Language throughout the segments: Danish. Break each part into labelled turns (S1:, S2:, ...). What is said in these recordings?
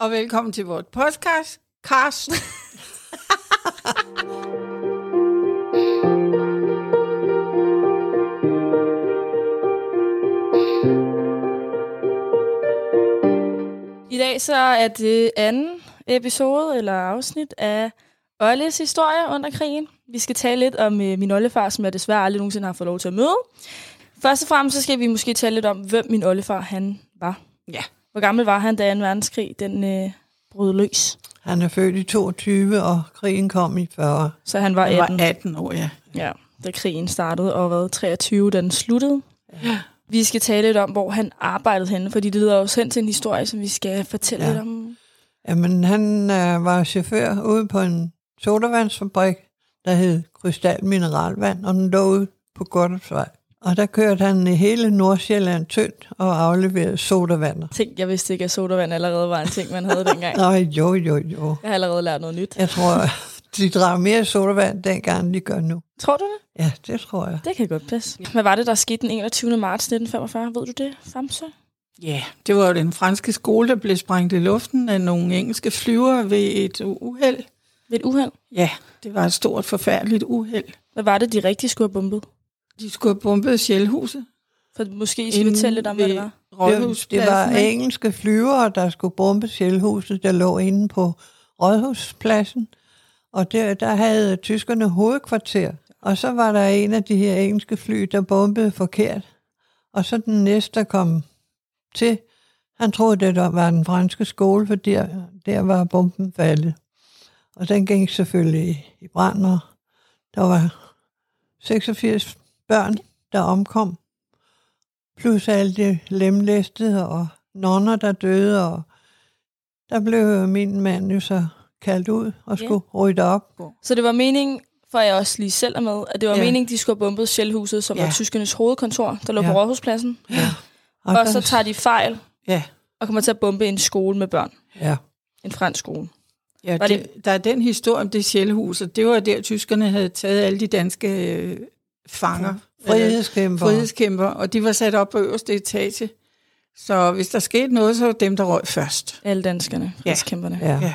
S1: og velkommen til vores podcast, Karsten.
S2: I dag så er det anden episode eller afsnit af Olles historie under krigen. Vi skal tale lidt om øh, min oldefar, som jeg desværre aldrig nogensinde har fået lov til at møde. Først og fremmest så skal vi måske tale lidt om, hvem min oldefar han var.
S1: Ja.
S2: Hvor gammel var han, da 2. verdenskrig den øh, brød løs?
S3: Han er født i 22, og krigen kom i 40.
S2: Så han var
S4: Han
S2: 18,
S4: var 18 år, ja.
S2: ja, da krigen startede, og hvad, 23, da den sluttede. Vi skal tale lidt om, hvor han arbejdede henne, fordi det leder os hen til en historie, som vi skal fortælle ja.
S3: Ja.
S2: lidt om.
S3: Jamen, han øh, var chauffør ude på en sodavandsfabrik, der hed Krystal Mineralvand, og den lå ude på Goddersvej. Og der kørte han i hele Nordsjælland tyndt og afleverede sodavander.
S2: Tænk, jeg vidste ikke, at sodavand allerede var en ting, man havde dengang.
S3: Nå, jo, jo, jo.
S2: Jeg har allerede lært noget nyt.
S3: Jeg tror, de drak mere sodavand dengang, end de gør nu.
S2: Tror du det?
S3: Ja, det tror jeg.
S2: Det kan godt passe. Hvad var det, der skete den 21. marts 1945? Ved du det, Famse?
S4: Ja,
S1: Det var jo den franske skole, der blev sprængt i luften af nogle engelske flyver ved et uheld.
S2: Ved et uheld?
S1: Ja, det var et stort, forfærdeligt uheld.
S2: Hvad var det, de rigtig skulle have bombet?
S1: De skulle have bombet Sjælhuset.
S2: For måske I skal fortælle lidt om, hvad det var.
S3: Det, det var engelske flyvere, der skulle bombe Sjælhuset, der lå inde på Rådhuspladsen. Og der, der havde tyskerne hovedkvarter. Og så var der en af de her engelske fly, der bombede forkert. Og så den næste, der kom til, han troede, det der var den franske skole, for der, der var bomben faldet. Og den gik selvfølgelig i- i brand, og der var 86 børn, der omkom plus alle de lemlæstede og nonner, der døde, og der blev min mand jo så kaldt ud og
S2: Ja.
S3: skulle rydde op.
S2: Så det var meningen, for at jeg også lige selv er med, at det var
S3: Ja.
S2: meningen, de skulle have bombet Sjælhuset, som
S4: Ja.
S2: var tyskernes hovedkontor, der lå på
S3: Ja.
S2: Rådhuspladsen. Og, og så tager de fejl
S4: ja.
S2: og kommer til at bombe en skole med børn.
S3: Ja,
S2: En fransk skole.
S1: Ja,
S2: Var
S1: det, der er den historie om det sjælhus, og det var der, tyskerne havde taget alle de danske øh, fanger, øh,
S3: frihedskæmper.
S1: frihedskæmper, og de var sat op på øverste etage. Så hvis der skete noget, så var det dem, der røg først.
S2: Alle danskerne, frigskæmperne. Ja.
S3: Ja.
S1: Ja.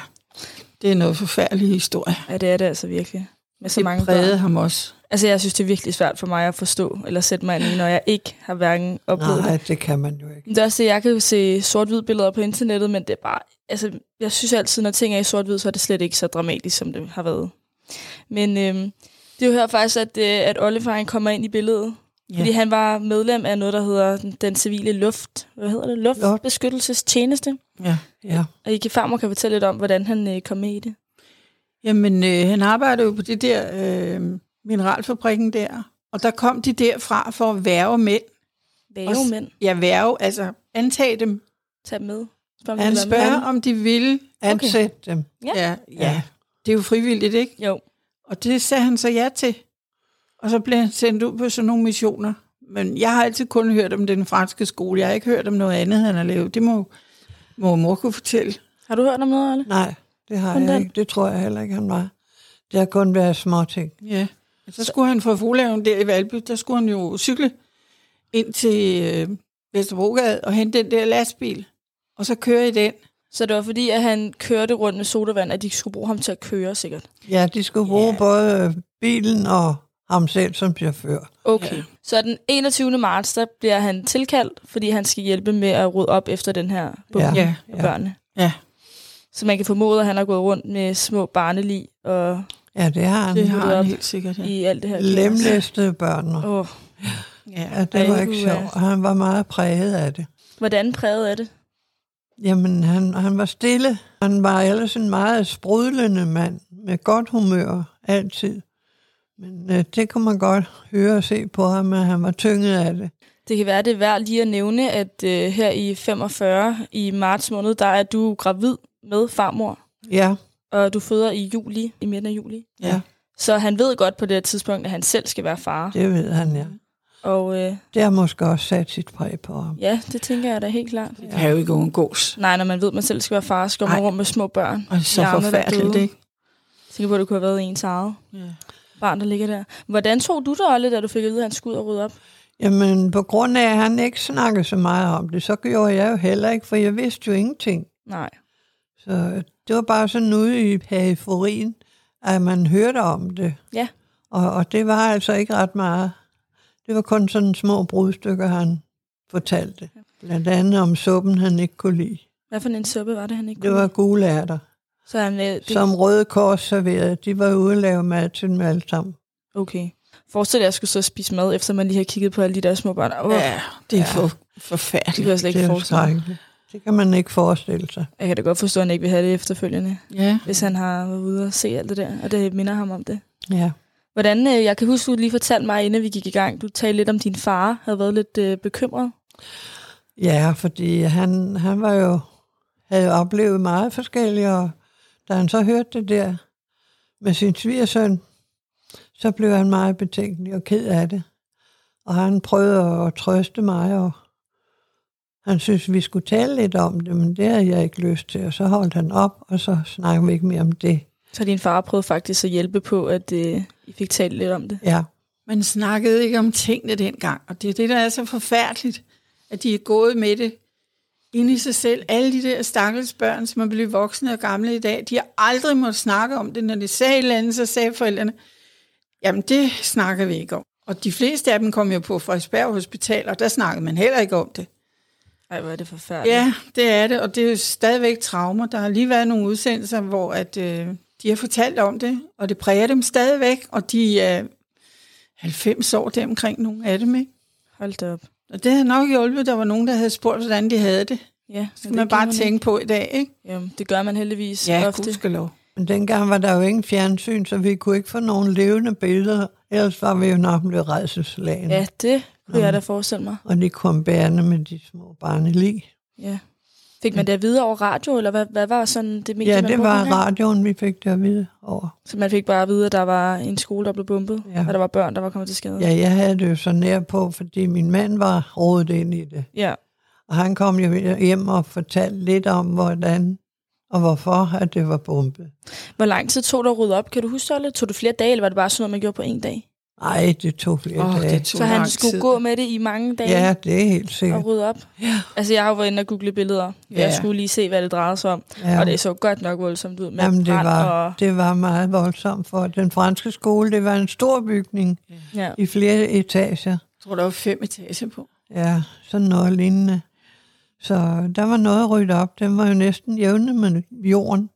S1: Det er noget forfærdelig historie.
S2: ja, det er det altså virkelig. Med så
S1: det
S2: mange børn.
S1: prægede ham også.
S2: Altså, jeg synes, det er virkelig svært for mig at forstå, eller sætte mig ind i, når jeg ikke har hverken oplevet det.
S3: Nej, det kan man jo ikke.
S2: Men Det er også det, jeg kan jo se sort-hvid billeder på internettet, men det er bare... Altså, jeg synes altid, når ting er i sort-hvid, så er det slet ikke så dramatisk, som det har været. Men øhm, det er jo her faktisk, at, øh, at Oliver han kommer ind i billedet.
S1: Ja.
S2: Ja. Fordi han var medlem af noget, der hedder den, den civile luft... Hvad hedder det? Luftbeskyttelsestjeneste.
S1: Ja.
S3: Ja.
S2: Og I kan farmer kan fortælle lidt om, hvordan han øh, kom med i det.
S1: Jamen, øh, han arbejdede jo på det der øh, mineralfabrikken der, og der kom de derfra for at værve mænd.
S2: Væve mænd.
S1: Ja, værve, altså antage dem.
S2: Tag dem med. Spørg, om de
S3: Han
S2: vil være med.
S1: Spørge, om de ville.
S3: Ansæt okay. dem.
S2: Ja.
S1: Ja, ja.
S3: Ja.
S1: Det er jo frivilligt, ikke?
S2: Jo.
S1: Og det sagde han så ja til. Og så blev han sendt ud på sådan nogle missioner. Men jeg har altid kun hørt om den franske skole. Jeg har ikke hørt om noget andet, han har lavet. Det må, må mor kunne fortælle.
S2: Har du hørt om noget, Olle?
S3: Nej, det har
S2: Kun
S3: jeg
S2: den.
S3: ikke. Det tror jeg heller ikke, han var. Det har kun været små ting.
S1: Ja. Så skulle han fra Fuglaven der i Valby, der skulle han jo cykle ind til øh, Vesterbrogade og hente den der lastbil. Og så køre i den.
S2: Så det var fordi, at han kørte rundt med sodavand, at de skulle bruge ham til at køre, sikkert.
S3: Ja, de skulle bruge
S1: Ja.
S3: både øh, bilen og ham selv som chauffør.
S2: Okay. Ja. Så den 21. marts, der bliver han tilkaldt, fordi han skal hjælpe med at rydde op efter den her bog ja.
S1: Ja.
S2: af børnene.
S1: Ja.
S2: Så man kan formode, at han har gået rundt med små barnelig og
S3: Ja, det har han.
S1: Det
S3: Det
S2: har
S1: har han
S2: han
S1: helt sikkert, ja.
S2: i alt det her. kaos.
S3: Lemlæstede børn. og-
S2: Åh,
S1: ja.
S3: Ja, det var
S2: Ej,
S3: ikke
S2: uha.
S3: sjovt. Han var meget præget af det.
S2: Hvordan præget er det?
S3: Jamen, han, han var stille. Han var ellers en meget sprudlende mand, med godt humør altid. Men øh, det kunne man godt høre og se på ham, at han var tynget af det.
S2: Det kan være, det er værd lige at nævne, at øh, her i 45 i marts måned, der er du gravid med farmor,
S3: Ja,
S2: og du føder i juli, i midten af juli.
S1: Ja.
S2: Så han ved godt på det her tidspunkt, at han selv skal være far.
S3: det ved han, ja.
S2: Og øh,
S3: Det har måske også sat sit præg på ham.
S2: ja, det tænker jeg da helt klart.
S1: Det kan jo ikke undgås.
S2: Nej, når man ved, at man selv skal være far, skal man
S1: Ej.
S2: rundt med små børn.
S1: Og så
S2: Ja, men hvad
S1: forfærdeligt,
S2: døde?
S1: ikke?
S2: Jeg tænker på, at det kunne have været ens eget
S1: Ja.
S2: barn, der ligger der. Hvordan tog du det, Olle, da du fik at vide, at han skulle ud og rydde op?
S3: Jamen, på grund af, at han ikke snakkede så meget om det, så gjorde jeg jo heller ikke, for jeg vidste jo ingenting.
S2: Nej.
S3: Så det var bare sådan ude i periferien, at man hørte om det.
S2: Ja.
S3: Og, og det var altså ikke ret meget. Det var kun sådan små brudstykker, han fortalte. Blandt andet om suppen, han ikke kunne lide.
S2: Hvad for en suppe var det, han ikke
S3: Det
S2: kunne
S3: var
S2: lide?
S3: gule ærter,
S2: Så han, øh, det,
S3: som Røde Kors serverede. De var ude at lave mad til dem alle sammen.
S2: Okay. Forestil dig, at jeg skulle så spise mad, efter man lige har kigget på alle de der små børn. Oh, ja,
S1: Ja, det er for, forfærdeligt.
S2: det kan jeg slet
S3: Det er jo
S2: ikke forestille mig.
S3: skrækkeligt. Det kan man ikke forestille sig.
S2: Jeg kan da godt forstå, at han ikke vil have det efterfølgende,
S1: Ja.
S2: hvis han har været ude og se alt det der, og det minder ham om det.
S3: Ja.
S2: Hvordan, øh, jeg kan huske, du lige fortalte mig, inden vi gik i gang, du talte lidt om, din far havde været lidt øh, bekymret.
S3: Ja, fordi han, han var jo, havde jo oplevet meget forskelligt, og da han så hørte det der med sin svigersøn, så blev han meget betænkelig og ked af det. Og han prøvede at trøste mig, og han synes, vi skulle tale lidt om det, men det havde jeg ikke lyst til. Og så holdt han op, og så snakkede vi ikke mere om det.
S2: Så din far prøvede faktisk at hjælpe på, at øh, I fik talt lidt om det.
S3: Ja,
S1: Man snakkede ikke om tingene dengang, og det er det, der er så forfærdeligt, at de er gået med det inde i sig selv. Alle de der stakkels børn, som er blevet voksne og gamle i dag, de har aldrig måttet snakke om det. Når de sagde et eller andet, så sagde forældrene, jamen det snakker vi ikke om. Og de fleste af dem kom jo på Frederiksberg Hospital, og der snakkede man heller ikke om det.
S2: Ej, hvor er det forfærdeligt.
S1: Ja, det er det, og det er jo stadigvæk traumer. Der har lige været nogle udsendelser, hvor at, øh, de har fortalt om det, og det præger dem stadigvæk, og de er 90 år deromkring, nogle af dem, ikke?
S2: Hold da op.
S1: Og det havde nok hjulpet, der var nogen, der havde spurgt, hvordan de havde det.
S2: Ja,
S1: Det kan man bare tænke på i dag, ikke?
S2: Jamen, det gør man heldigvis ofte.
S1: gudskelov.
S3: men dengang var der jo ingen fjernsyn, så vi kunne ikke få nogle levende billeder, ellers var vi jo nok blevet redselslagende.
S2: Ja, det kunne jeg da
S3: Mm.
S2: forestille mig.
S3: og de kom bærende med de små barnelig.
S2: Ja. Fik man det at vide over radio, eller hvad, hvad var sådan det medie,
S3: Ja,
S2: man
S3: det
S2: brugte
S3: var
S2: dengang?
S3: radioen, vi fik det at vide over.
S2: Så man fik bare at vide, at der var en skole, der blev bumpet,
S3: Ja.
S2: og der var børn, der var kommet til skade.
S3: Ja, jeg havde det jo så nær på, fordi min mand var rådet ind i det.
S2: ja.
S3: Og han kom jo hjem og fortalte lidt om, hvordan og hvorfor, at det var bombet.
S2: Hvor lang tid tog det at rydde op? Kan du huske det? Olle? Tog det flere dage, eller var det bare sådan noget, man gjorde på en dag?
S3: Ej, det tog flere
S1: Åh,
S3: oh,
S1: det
S3: dage.
S1: tog
S2: så han
S1: lang
S2: skulle
S1: tid.
S2: gå med det i mange dage
S3: Ja, det er helt
S2: og
S3: sikkert.
S2: rydde op?
S3: Ja.
S2: Altså, jeg har jo været inde og google billeder. Ja. Jeg
S1: Ja.
S2: skulle lige se, hvad det drejede sig om.
S3: Ja.
S2: Og det så godt nok voldsomt ud. Med
S3: Jamen, det
S2: brand
S3: var,
S2: Og,
S3: det var meget voldsomt for den franske skole. Det var en stor bygning
S2: ja.
S3: i flere etager.
S1: Jeg tror, der var fem etager på.
S3: Ja, sådan noget lignende. Så der var noget ryddet op. Den var jo næsten jævne med jorden.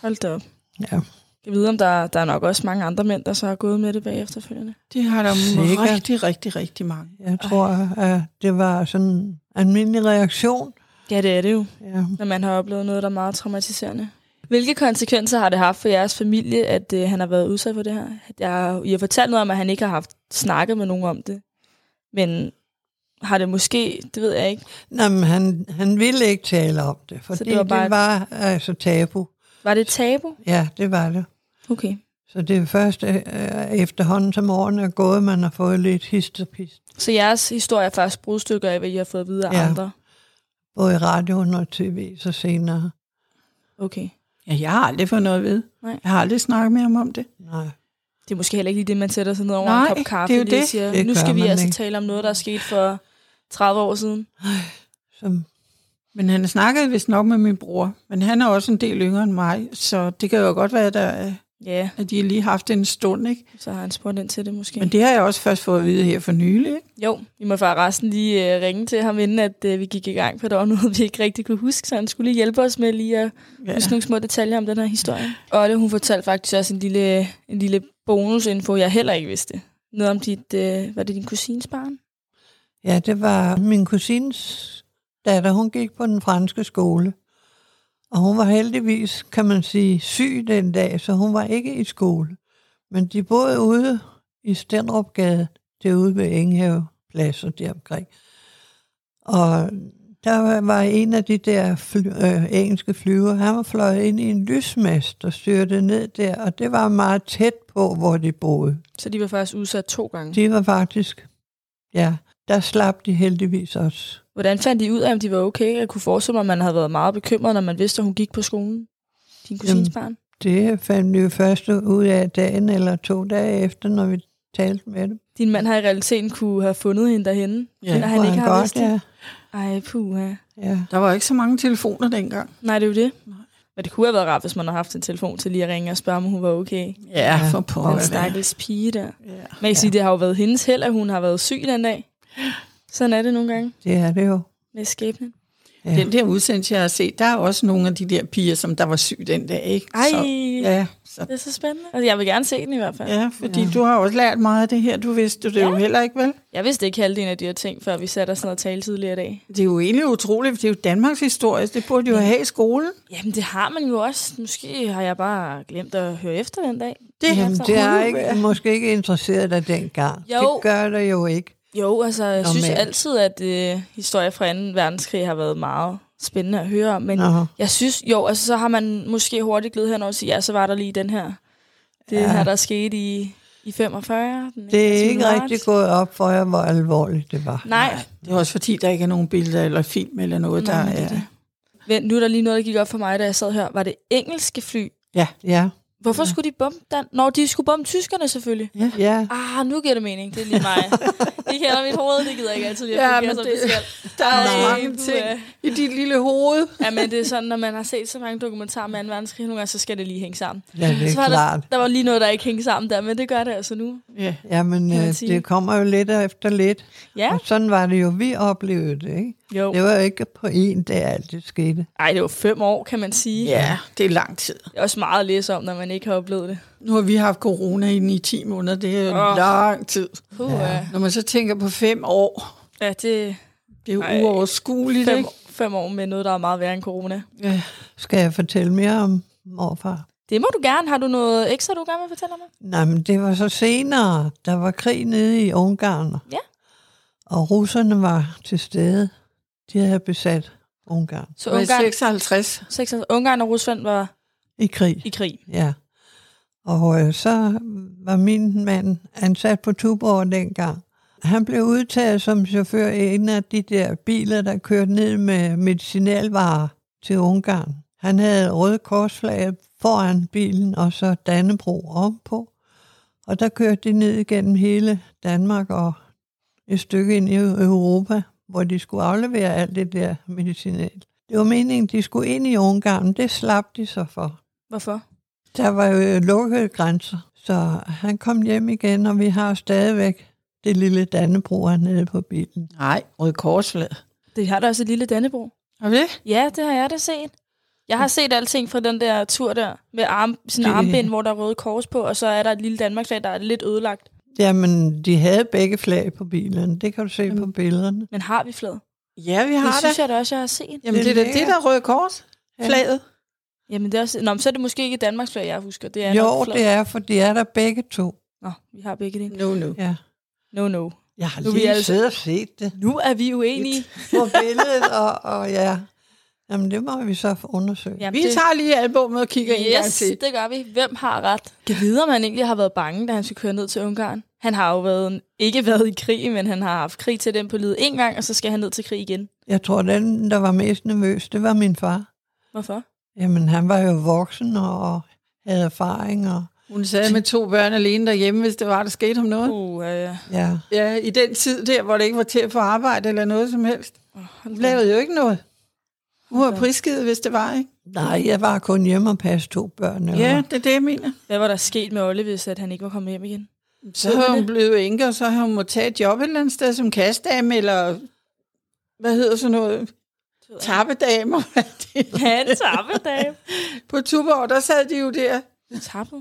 S2: Hold da op.
S3: Ja,
S2: Jeg ved, om der, der er nok også mange andre mænd, der så har gået med det bagefterfølgende.
S1: Det har der
S3: Sikkert.
S1: rigtig, rigtig, rigtig mange.
S3: jeg tror, at det var sådan en almindelig reaktion.
S2: Ja, det er det jo.
S3: Ja.
S2: når man har oplevet noget, der er meget traumatiserende. Hvilke konsekvenser har det haft for jeres familie, at øh, han har været udsat for det her? Jeg, I har fortalt noget om, at han ikke har haft snakket med nogen om det. Men har det måske, det ved jeg ikke,
S3: Nå, men han, han ville ikke tale om det, fordi
S2: det
S3: det
S2: var
S3: var,
S2: bare-
S3: det var altså tabu.
S2: var det et tabu?
S3: Ja, det var det.
S2: Okay.
S3: Så det er først øh, efterhånden, som årene er gået, man har fået lidt hist og pist.
S2: Så jeres historie er faktisk brudstykker af, hvad I har fået at vide af ja.
S3: Ja.
S2: andre?
S3: Både i radioen og tv, så senere.
S2: Okay.
S1: Ja, jeg har aldrig fået noget ved.
S2: Nej.
S1: Jeg har aldrig snakket med ham om det.
S3: Nej.
S2: Det er måske heller ikke lige det, man sætter sig ned over
S1: Nej,
S2: en kop kaffe.
S1: det er jo
S2: lige og
S1: det.
S2: Siger,
S3: Det
S2: nu
S3: gør
S2: skal vi
S3: man
S2: altså
S3: ikke.
S2: tale om noget, der er sket for 30 år siden.
S3: Som,
S1: Men han snakkede vist nok med min bror, men han er også en del yngre end mig, så det kan jo godt være, der, er-
S2: Ja,
S1: at de lige har haft en stund, ikke?
S2: så har han spurgt ind til det måske.
S1: Men det har jeg også først fået at vide her for nylig, ikke?
S2: Jo, vi må forresten lige øh, ringe til ham, inden at øh, vi gik i gang, for der var noget, vi ikke rigtig kunne huske, så han skulle lige hjælpe os med lige at ja.
S1: Ja.
S2: huske nogle små detaljer om den her historie. Olle, hun fortalte faktisk også en lille, en lille bonusinfo, jeg heller ikke vidste. Noget om dit, øh, var det din kusins barn?
S3: Ja, det var min kusines datter. Hun gik på den franske skole. Og hun var heldigvis, kan man sige, syg den dag, så hun var ikke i skole. Men de boede ude i Stenrupgade, det er ude ved Engehave Plads og deromkring. Og der var- var en af de der fly, øh, engelske flyver, han var fløjet ind i en lysmast og styrte ned der, og det var meget tæt på, hvor de boede.
S2: Så de var faktisk udsat to gange.
S3: De var faktisk, ja, der slap de heldigvis også.
S2: Hvordan fandt I ud af, om de var okay? Jeg kunne forestille mig, at man havde været meget bekymret, når man vidste, at hun gik på skolen. Din kusins
S3: Jamen,
S2: barn.
S3: Det fandt vi jo først ud af dagen eller to dage efter, når vi talte med dem.
S2: Din mand har i realiteten kunne have fundet hende derhenne,
S1: Ja,
S2: ja, når han
S3: Kunne
S2: ikke har vidst det.
S3: ja.
S2: Ej, puha.
S3: ja.
S1: Der var ikke så mange telefoner dengang.
S2: Nej, det er jo det. Og det kunne have været rart, hvis man havde haft en telefon til lige at ringe og spørge, om hun var okay.
S1: Ja, for
S2: Den
S1: pokker. da.
S2: stakkels pige der.
S1: Ja.
S2: Man kan sige, det har jo været hendes held, at hun har været syg den dag. Sådan er det nogle gange
S3: Det er det jo.
S2: med skæbnen.
S3: Ja.
S1: Den der udsendelse, jeg har set, der er også nogle af de der piger, som der var syg den dag, ikke?
S2: Ej,
S1: Så, ja, så,
S2: det er så spændende. Altså, jeg vil gerne se den i hvert fald.
S1: ja, fordi ja. du har også lært meget af det her. Du vidste det ja. jo heller ikke, vel?
S2: Jeg vidste ikke halvdelen af de her ting, før vi satte os ned og talte tidligere i dag.
S1: Det er jo egentlig utroligt, for det er jo Danmarks historie. Det burde de jo have i skolen.
S2: Jamen, det har man jo også. Måske har jeg bare glemt at høre efter den dag. Altså.
S1: Det,
S3: Jamen, det er ikke, måske ikke interesseret dig dengang.
S2: Jo.
S3: Det gør det jo ikke.
S2: Jo, altså, jeg Normalt. synes
S3: Normalt.
S2: altid, at øh, historier fra 2. verdenskrig har været meget spændende at høre om. Men
S3: Aha.
S2: jeg synes, jo, altså, så har man måske hurtigt glidet hen og sige, ja, så var der lige den her. Det ja.
S3: Ja.
S2: her, der skete i, i 45. Den
S3: Det er
S2: 21.
S3: ikke
S2: marts.
S3: rigtig gået op for jer, hvor alvorligt det var.
S2: Nej,
S1: Det er også fordi, der ikke er nogen billeder eller film eller noget, der
S2: men det er
S1: er...
S2: det. Vent, nu er der lige noget, der gik op for mig, da jeg sad her. Var det engelske fly?
S3: Ja,
S2: Hvorfor ja. skulle de bombe Dan? Nå, de skulle bombe tyskerne selvfølgelig.
S3: ja.
S2: Ah, nu giver det mening. Det er lige mig. I kender mit hoved, det gider jeg ikke altid lige at
S1: Ja,
S2: ja,
S1: men
S2: fungere, som det,
S1: det-
S2: skal.
S1: Der er så
S2: Ej,
S1: mange ting
S2: puha.
S1: i dit lille hoved.
S2: Ja, men det er sådan, når man har set så mange dokumentarer med 2. verdenskrig, nogle gange, så skal det lige hænge sammen.
S3: ja det er
S2: så var
S3: klart.
S2: Der, der var lige noget, der ikke hængte sammen der, men det gør det altså nu.
S1: Ja.
S3: Jamen,
S2: kan man
S3: øh,
S2: sige.
S3: det kommer jo lidt efter lidt.
S2: Ja,
S3: Og sådan var det jo, vi oplevede det, ikke?
S2: jo.
S3: Det var jo ikke på én dag, alt det skete.
S2: Ej, det var fem år, kan man sige.
S1: ja, det er lang tid.
S2: Det er også meget at læse om, når man ikke har oplevet det.
S1: Nu har vi haft corona inde i 10 måneder. Det er
S2: Åh.
S1: oh. lang tid.
S2: Uh, ja.
S1: Når man så tænker på fem år,
S2: ja, det er
S1: det er jo
S2: Ej.
S1: uoverskueligt,
S2: fem,
S1: ikke?
S2: fem år med noget, der er meget værre end corona.
S1: Ja.
S3: Skal jeg fortælle mere om morfar?
S2: Det må du gerne. Har du noget ekstra, du gerne vil fortælle mig?
S3: Nej, men det var så senere. Der var krig nede i Ungarn.
S2: Ja.
S3: Og russerne var til stede. De havde besat Ungarn
S2: Så
S1: Så Ungarn.
S2: Ungarn,
S1: 56.
S2: 6, Ungarn og Rusland var
S3: i krig.
S2: i krig.
S3: Ja. Og øh, så var min mand ansat på Tuborg dengang. Han blev udtaget som chauffør i en af de der biler, der kørte ned med medicinalvarer til Ungarn. Han havde røde korsflag foran bilen, og så Dannebro ovenpå. Og der kørte de ned igennem hele Danmark og et stykke ind i Europa, hvor de skulle aflevere alt det der medicinal. Det var meningen, de skulle ind i Ungarn, men det slap de så for.
S2: Hvorfor?
S3: Der var jo lukkede grænser, så han kom hjem igen, og vi har stadigvæk det lille Dannebro nede på bilen.
S1: Nej, Røde Korsflad.
S2: Det har der også et lille Dannebro.
S1: Har vi det?
S2: Ja, det har jeg da set. Jeg har set alting fra den der tur der, med arm, sådan
S3: Det-
S2: en armbind, hvor der er røde kors på, og så er der et lille Danmarkslag, der er lidt ødelagt.
S3: Jamen, de havde begge flag på bilerne, det kan du se på billederne.
S2: Men har vi flad?
S1: Ja, vi har
S2: Det
S1: det.
S2: synes jeg da også, jeg har set.
S1: Jamen, det,
S3: Det
S1: er
S3: er
S1: da det, der er Røde Kors.
S3: Ja.
S1: Flaget.
S2: Jamen, det er også... Nå, men så er det måske ikke et Danmarksflag, jeg husker. Det er
S3: Jo,
S2: nok flad.
S3: det er, for de er der begge to.
S2: Nå, vi har begge det.
S1: No, no.
S3: Ja.
S2: No, no.
S3: Jeg har
S2: Nu er vi
S3: lige
S2: alle-
S3: siddet og set det
S2: Nu er vi uenige.
S3: på billedet, og, og ja. Jamen, det må vi så undersøge.
S1: Vi tager lige albumet og kigger en gang
S2: Yes,
S1: til.
S2: det gør vi. Hvem har ret? Kan vide, om han egentlig har været bange, da han skulle køre ned til Ungarn? Han har jo været, ikke været i krig, men han har haft krig til dem på livet en gang, og så skal han ned til krig igen.
S3: Jeg tror, den, der var mest nervøs, det var min far.
S2: Hvorfor?
S3: Jamen, han var jo voksen og havde erfaring, og
S1: Hun sad med to børn alene derhjemme, hvis det var, der skete ham noget.
S2: Uh, øh,
S3: ja,
S1: Ja, i den tid der, hvor det ikke var til at få arbejde eller noget som helst. Hun lavede jo ikke noget. Hun var prisgivet, hvis det var, ikke?
S3: Nej, jeg var kun hjemme og passe to børn. eller
S1: Ja,
S3: hvad.
S1: det er det, jeg mener.
S2: hvad var der sket med Olle, hvis at han ikke var kommet hjem igen?
S1: Så har hun blevet enke, og så har hun måttet tage et job et eller andet sted som kastdame, eller hvad hedder sådan noget? Tappedame og hvad det er.
S2: Han tabte dag.
S1: På Tuborg, der sad de jo der.
S2: Tabte?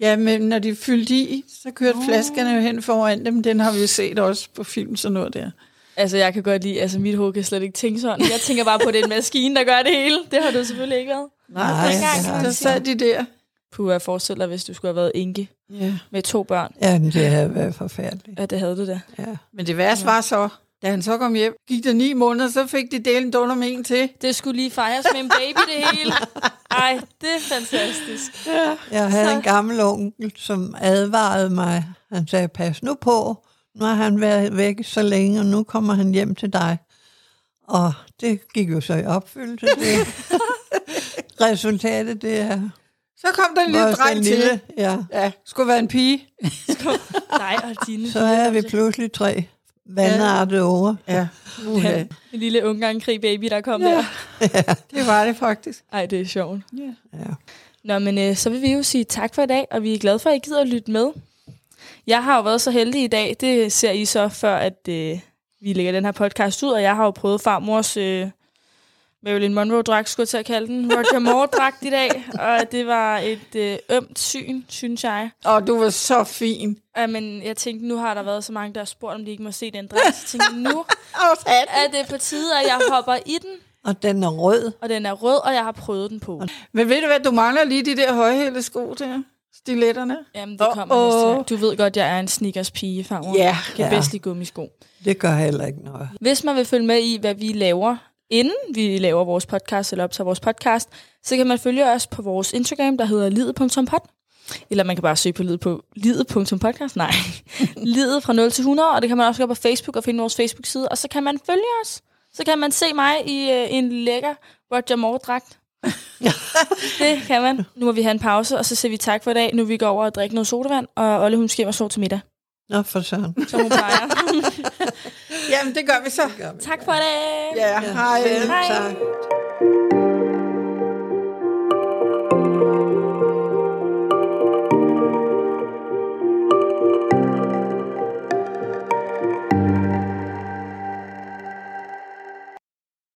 S1: Ja, men når de fyldte i, så kørte oh. flaskerne jo hen foran dem. Den har vi jo set også på film, sådan noget der.
S2: Altså, jeg kan godt lide, altså mit hoved kan slet ikke tænke sådan. Jeg tænker bare på, at det er en maskine, der gør det hele. Det har du selvfølgelig ikke været.
S1: Nej,
S3: Nej,
S1: der,
S3: det har
S1: der
S3: vi
S1: sad de der.
S2: Puh, jeg forestiller dig, hvis du skulle have været enke
S1: Ja.
S2: med to børn.
S3: Ja, men det havde været forfærdeligt.
S2: Ja, det havde du da.
S3: Ja.
S1: Men det værste var så, da han så kom hjem, gik der ni måneder, så fik de delen dunder med en til.
S2: Det skulle lige fejres med en baby, det hele. Ej, det er fantastisk.
S3: Jeg havde så. en gammel onkel, som advarede mig. Han sagde, pas nu på. Nu har han været væk så længe, og nu kommer han hjem til dig. Og det gik jo så i opfyldelse. Det. Resultatet, det er...
S1: Så kom der en lille
S3: vores
S1: dreng til.
S3: Ja.
S1: Ja, skulle være en pige.
S2: Dig og dine.
S3: Så er vi pludselig tre vandartede unger.
S1: Ja. Uha.
S2: En lille ungarnkrig baby, der kom
S1: Ja.
S2: der.
S1: Det var det faktisk.
S2: Ej, det er sjovt.
S1: Ja.
S3: Ja.
S2: Nå, men øh, så vil vi jo sige tak for i dag, og vi er glade for, at I gider at lytte med. Jeg har jo været så heldig i dag, det ser I så før, at øh, vi lægger den her podcast ud, og jeg har jo prøvet farmors øh, Marilyn Monroe-dragt, skulle jeg til at kalde den, Roger Moore-dragt i dag, og det var et øh, ømt syn, synes jeg.
S1: Og du var så fin.
S2: Ja, men jeg tænkte, nu har der været så mange, der har spurgt, om de ikke må se den dragt, så tænkte jeg, nu er det på tide, at jeg hopper i den,
S3: Og den er rød.
S2: og den er rød, og jeg har prøvet den på.
S1: Men ved du hvad, du mangler lige de der højhælde sko der. Stiletterne.
S2: Jamen, det kommer
S1: Åh,
S2: oh, næste
S1: åh.
S2: gang. Du ved godt, jeg er en sneakers pige, farmor.
S1: Ja.
S2: Jeg
S3: Ja.
S2: ja. bedst lide gummisko.
S3: Det gør heller ikke noget.
S2: Hvis man vil følge med i, hvad vi laver, inden vi laver vores podcast, eller optager vores podcast, så kan man følge os på vores Instagram, der hedder livet.pod. Eller man kan bare søge på livet på livet.podcast. Nej, livet fra 0 til 100, og det kan man også gå på Facebook og finde vores Facebook-side, og så kan man følge os. Så kan man se mig i øh, en lækker Roger Moore-dragt. det kan man. Nu må vi have en pause, og så siger vi tak for i dag. Nu vil vi gå over og drikke noget sodavand, og Olle hun skal hjem og sove til middag,
S3: Nå, for søren.
S2: som hun plejer.
S1: Jamen, det gør vi så.
S2: tak for i dag.
S1: Ja, hej.
S3: Selv
S2: Hej.
S3: tak.